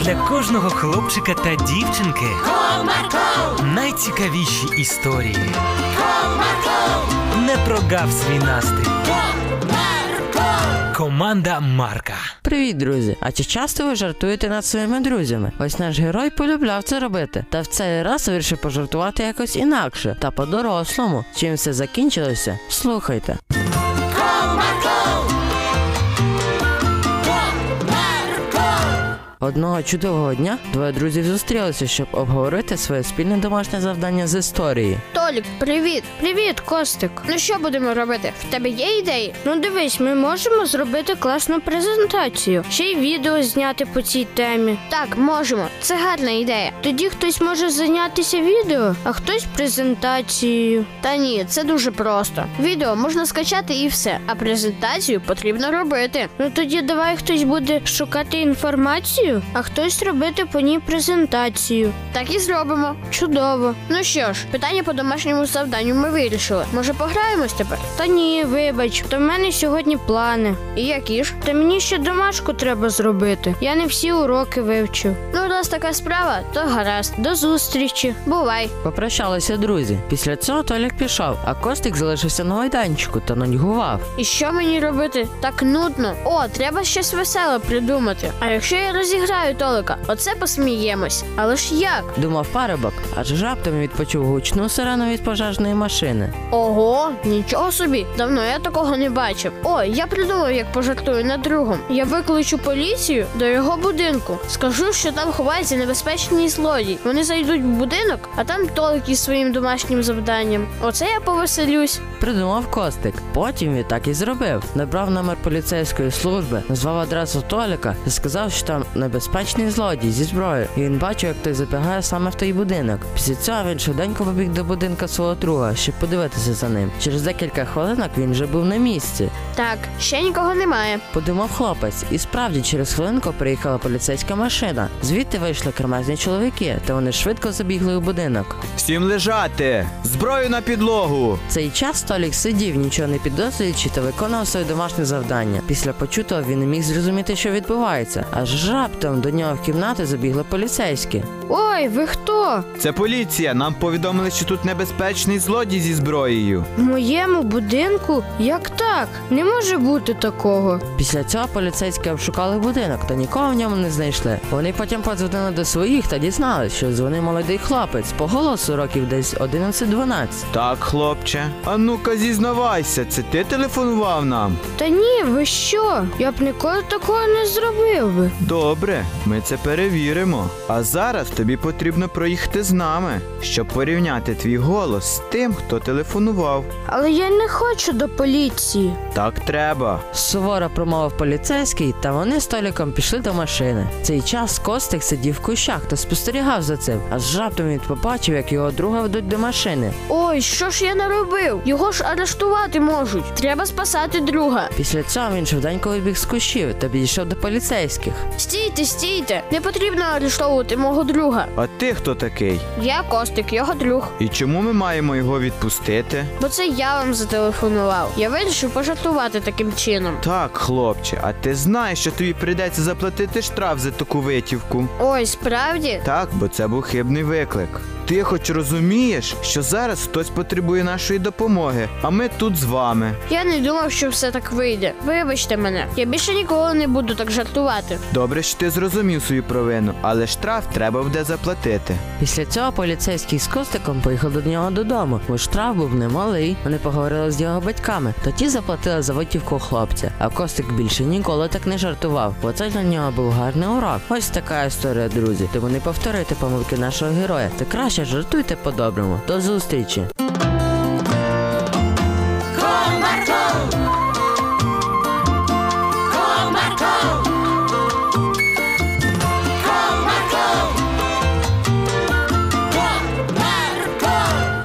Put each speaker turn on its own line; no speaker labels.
для кожного хлопчика та дівчинки
Comarco,
найцікавіші історії.
Comarco,
Не прогав свій настрій.
Comarco,
Команда Марка.
Привіт, друзі! А чи часто ви жартуєте над своїми друзями? Ось наш герой полюбляв це робити, та в цей раз вирішив пожартувати якось інакше та по-дорослому. Чим все закінчилося? Слухайте.
Comarco, Comarco,
Одного чудового дня двоє друзів зустрілися, щоб обговорити своє спільне домашнє завдання з історії.
Толік, привіт. Привіт, Костик. Ну що будемо робити? В тебе є ідеї? Ну дивись, ми можемо зробити класну презентацію, ще й відео зняти по цій темі. Так, можемо. Це гарна ідея. Тоді хтось може зайнятися відео, а хтось презентацією. Та ні, це дуже просто. Відео можна скачати і все, а презентацію потрібно робити. Ну тоді давай хтось буде шукати інформацію, а хтось робити по ній презентацію. Так і зробимо. Чудово. Ну що ж, питання по домашньому завданню ми вирішили. Може, пограємось тепер? Та ні, вибач, то в мене сьогодні плани. І які ж? Та мені ще домашку треба зробити. Я не всі уроки вивчив. Ну, у нас така справа, то гаразд. До зустрічі. Бувай.
Попрощалися друзі. Після цього Толік пішов, а Костик залишився на майданчику та нудьгував.
І що мені робити? Так нудно. О, треба щось веселе придумати. А якщо я розіграю Толика, оце посміємось. Але ж як?
Думав парубок, аж раптом він відпочув гучну сирену від пожежної машини.
Ого, нічого собі. Давно я такого не бачив. О, я придумав, як пожартую над другом. Я викличу поліцію до його будинку. Скажу, що там ховається небезпечний злодій. Вони зайдуть в будинок, а там Толик із своїм домашнім завданням. Оце я повеселюсь.
Придумав Костик. Потім він так і зробив. Набрав номер поліцейської служби, назвав адресу Толіка і сказав, що там небезпечний злодій зі зброєю. І він бачив, як той забігає саме в той будинок. Після цього він швиденько побіг до будинка свого друга, щоб подивитися за ним. Через декілька хвилинок він вже був на місці.
Так, ще нікого немає.
Подумав хлопець, і справді через хвилинку приїхала поліцейська машина. Звідти вийшли кремезні чоловіки, та вони швидко забігли у будинок.
Всім лежати! Зброю на підлогу!
Цей час Толік сидів, нічого не підозрюючи та виконував своє домашнє завдання. Після почутого він не міг зрозуміти, що відбувається. Аж раптом до нього в кімнату забігли поліцейські.
Ой, ви хто?
Це поліція. Нам повідомили, що тут небезпечний злодій зі зброєю.
В моєму будинку? Як так? Не може бути такого.
Після цього поліцейські обшукали будинок та нікого в ньому не знайшли. Вони потім подзвонили до своїх та дізналися, що дзвонив молодий хлопець по голосу років десь 11-12.
Так, хлопче. А ну-ка, зізнавайся, це ти телефонував нам?
Та ні, ви що? Я б ніколи такого не зробив би.
Добре, ми це перевіримо. А зараз тобі потрібно проїхати з нами, щоб порівняти твій голос з тим, хто телефонував.
Але я не хочу до поліції.
Так треба.
Суворо промовив поліцейський, та вони з Толіком пішли до машини. Цей час Костик сидів в кущах та спостерігав за цим, аж раптом він побачив, як його друга ведуть до машини.
Ой, що ж я наробив? Його ж арештувати можуть. Треба спасати друга.
Після цього він швиденько вибіг з кущів та підійшов до поліцейських.
Стійте, стійте, не потрібно арештовувати мого друга.
А ти хто такий?
Я Костик, його друг.
І чому ми маємо його відпустити?
Бо це я вам зателефонував. Я вирішив пожартувати таким чином.
Так, хлопче, а ти знаєш, що тобі прийдеться заплатити штраф за таку витівку.
Ой, справді?
Так, бо це був хибний виклик. Ти хоч розумієш, що зараз хтось потребує нашої допомоги, а ми тут з вами.
Я не думав, що все так вийде. Вибачте мене, я більше ніколи не буду так жартувати.
Добре, що ти зрозумів свою провину, але штраф треба буде заплатити.
Після цього поліцейський з Костиком поїхав до нього додому, бо штраф був немалий. Вони поговорили з його батьками, та ті заплатили за витівку хлопця. А Костик більше ніколи так не жартував, бо це для нього був гарний урок. Ось така історія, друзі. Тому не повторюйте помилки нашого героя. Та краще жартуйте по-доброму. До зустрічі!